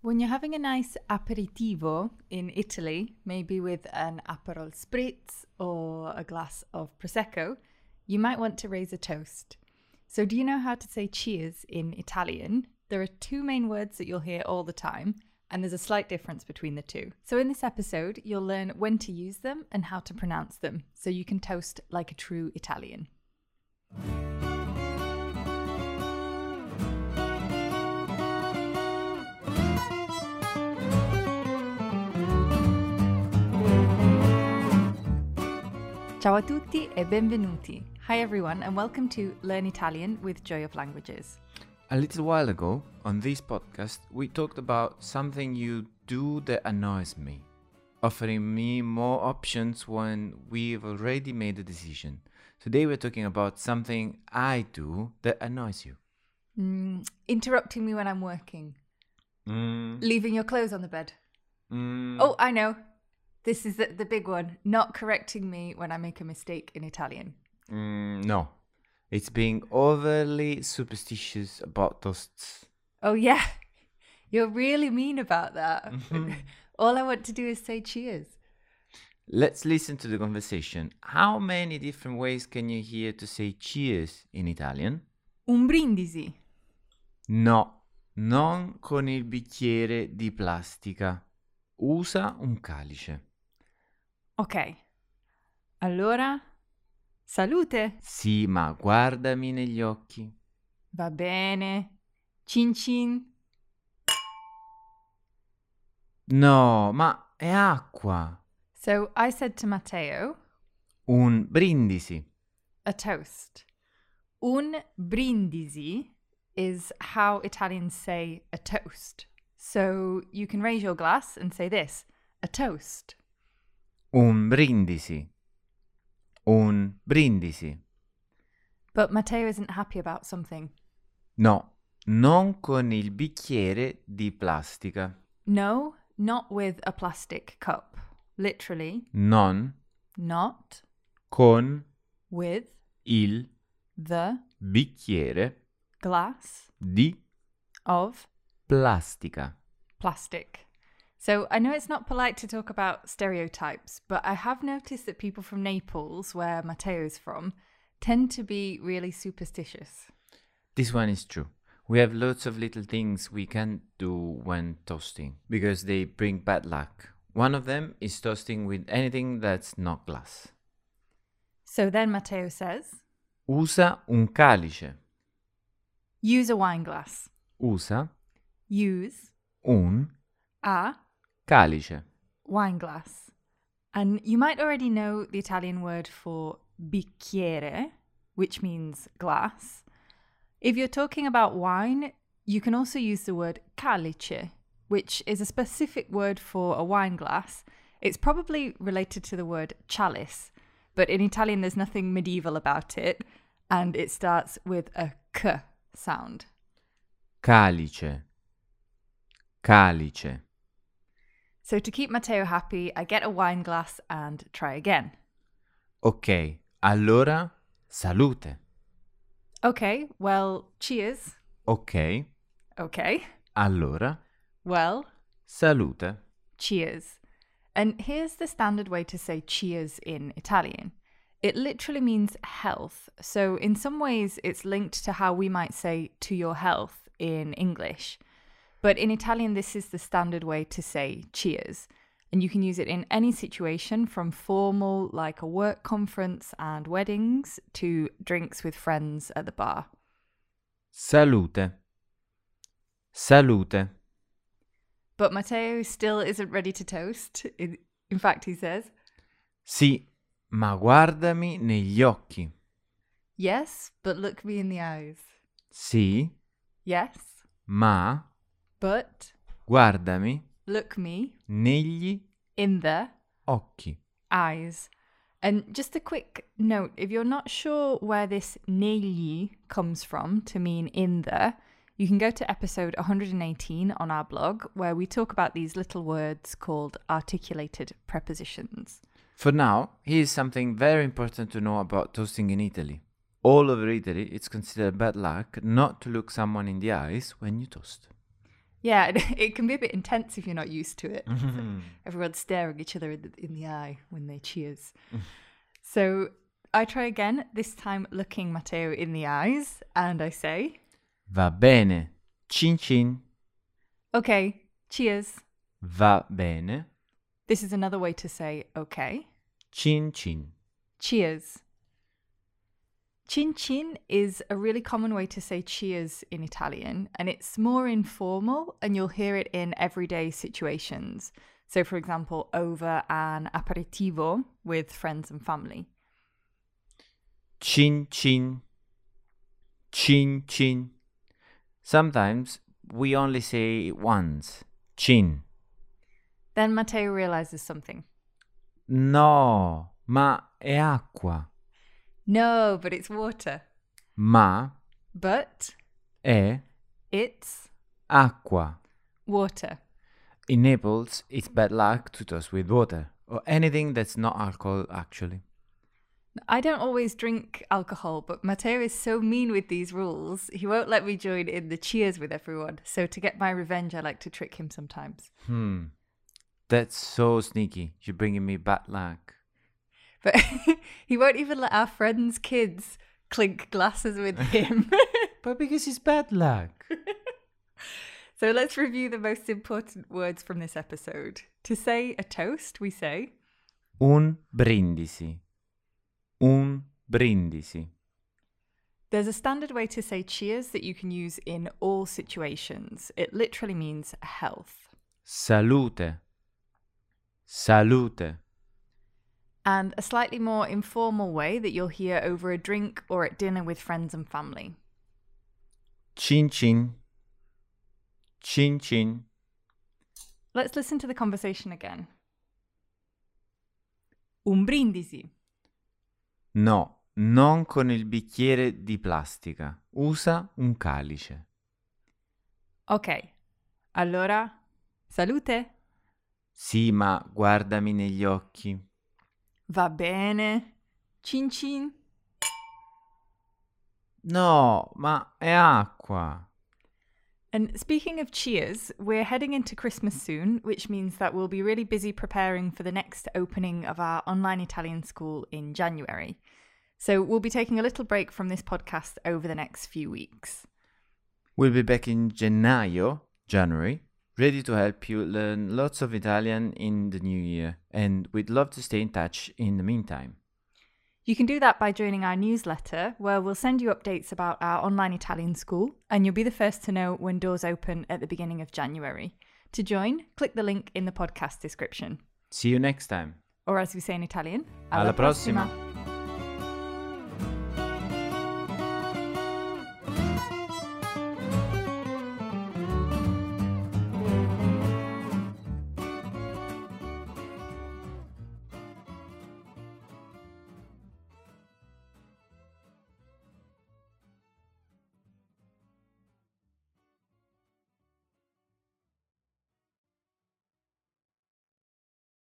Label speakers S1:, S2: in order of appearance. S1: When you're having a nice aperitivo in Italy, maybe with an Aperol Spritz or a glass of Prosecco, you might want to raise a toast. So, do you know how to say cheers in Italian? There are two main words that you'll hear all the time, and there's a slight difference between the two. So, in this episode, you'll learn when to use them and how to pronounce them so you can toast like a true Italian. Ciao a tutti e benvenuti. Hi everyone and welcome to Learn Italian with Joy of Languages.
S2: A little while ago, on this podcast, we talked about something you do that annoys me, offering me more options when we've already made a decision. Today, we're talking about something I do that annoys you.
S1: Mm, interrupting me when I'm working.
S2: Mm,
S1: Leaving your clothes on the bed. Oh, I know. This is the, the big one. Not correcting me when I make a mistake in Italian.
S2: Mm, no, it's being overly superstitious about toasts.
S1: Oh, yeah. You're really mean about that. All I want to do is say cheers.
S2: Let's listen to the conversation. How many different ways can you hear to say cheers in Italian?
S1: Un brindisi.
S2: No, non con il bicchiere di plastica. Usa un calice.
S1: Ok. Allora, salute.
S2: Sì, ma guardami negli occhi.
S1: Va bene. Cin cin.
S2: No, ma è acqua.
S1: So I said to Matteo,
S2: Un brindisi.
S1: a toast. Un brindisi is how Italians say a toast. So you can raise your glass and say this a toast.
S2: Un brindisi. Un brindisi.
S1: But Matteo isn't happy about something.
S2: No, non con il bicchiere di plastica.
S1: No, not with a plastic cup. Literally,
S2: Non
S1: not
S2: con
S1: with
S2: il
S1: the
S2: bicchiere
S1: glass
S2: di
S1: of
S2: plastica.
S1: plastic. So I know it's not polite to talk about stereotypes, but I have noticed that people from Naples, where Matteo's from, tend to be really superstitious.
S2: This one is true. We have lots of little things we can't do when toasting because they bring bad luck. One of them is toasting with anything that's not glass.
S1: So then Matteo says,
S2: Usa un calice.
S1: use a wine glass.
S2: Usa
S1: Use
S2: un
S1: a
S2: calice.
S1: wine glass. And you might already know the Italian word for bicchiere, which means glass. If you're talking about wine, you can also use the word calice, which is a specific word for a wine glass. It's probably related to the word chalice, but in Italian there's nothing medieval about it, and it starts with a k sound.
S2: Calice. Calice.
S1: So to keep Matteo happy, I get a wine glass and try again.
S2: Ok, allora salute.
S1: Okay, well, cheers.
S2: Ok,
S1: Okay.
S2: allora
S1: Well,
S2: salute.
S1: cheers. And here's the standard way to say cheers in Italian it literally means health. So, in some ways, it's linked to how we might say to your health in English. But in Italian, this is the standard way to say cheers. And you can use it in any situation from formal, like a work conference and weddings, to drinks with friends at the bar.
S2: Salute. Salute.
S1: But Matteo still isn't ready to toast. In in fact, he says,
S2: Sì, ma guardami negli occhi.
S1: Yes, but look me in the eyes.
S2: Sì,
S1: Yes,
S2: ma
S1: but
S2: guardami
S1: look me
S2: negli
S1: in the
S2: occhi.
S1: eyes. And just a quick note if you're not sure where this negli comes from to mean in the, you can go to episode 118 on our blog where we talk about these little words called articulated prepositions.
S2: For now, here's something very important to know about toasting in Italy. All over Italy, it's considered bad luck not to look someone in the eyes when you toast.
S1: Yeah, it, it can be a bit intense if you're not used to it. Everyone's staring each other in the, in the eye when they cheers. so I try again, this time looking Matteo in the eyes, and I say,
S2: Va bene. Cin cin.
S1: okay, cheers.
S2: Va bene.
S1: This is another way to say, okay,
S2: Cin cin.
S1: cheers. Cin cin is a really common way to say cheers in Italian, and it's more informal, and you'll hear it in everyday situations. So, for example, over an aperitivo with friends and family.
S2: Chin chin. Chin chin. Sometimes we only say it once. Chin.
S1: Then Matteo realizes something.
S2: No, ma è acqua.
S1: No, but it's water.
S2: Ma
S1: But
S2: è
S1: it's
S2: acqua.
S1: water.
S2: In Naples, it's bad luck to toss with water or anything that's not alcohol, actually.
S1: I don't always drink alcohol, but Matteo is so mean with these rules, he won't let me join in the cheers with everyone. So to get my revenge, I like to trick him sometimes.
S2: Hmm. That's so sneaky. You're bringing me bad luck.
S1: But he won't even let our friends' kids clink glasses with him.
S2: But because it's bad luck.
S1: so let's review the most important words from this episode. To say a toast, we say
S2: Un brindisi. Un brindisi.
S1: There's a standard way to say cheers that you can use in all situations. It literally means health.
S2: Salute. Salute.
S1: And a slightly more informal way that you'll hear over a drink or at dinner with friends and family.
S2: Cin cin. Cin cin.
S1: Let's listen to the conversation again. Un brindisi.
S2: No, non con il bicchiere di plastica. Usa un calice.
S1: Ok. Allora, salute.
S2: Sì, ma guardami negli occhi.
S1: Va bene. Cin cin.
S2: No, ma è acqua.
S1: And speaking of cheers, we're heading into Christmas soon, which means that we'll be really busy preparing for the next opening of our online Italian school in January. So we'll be taking a little break from this podcast over the next few weeks.
S2: We'll be back in gennaio, January, ready to help you learn lots of Italian in the new year, and we'd love to stay in touch in the meantime.
S1: You can do that by joining our newsletter, where we'll send you updates about our online Italian school, and you'll be the first to know when doors open at the beginning of January. To join, click the link in the podcast description.
S2: See you next time.
S1: Or as we say in Italian,
S2: Alla prossima.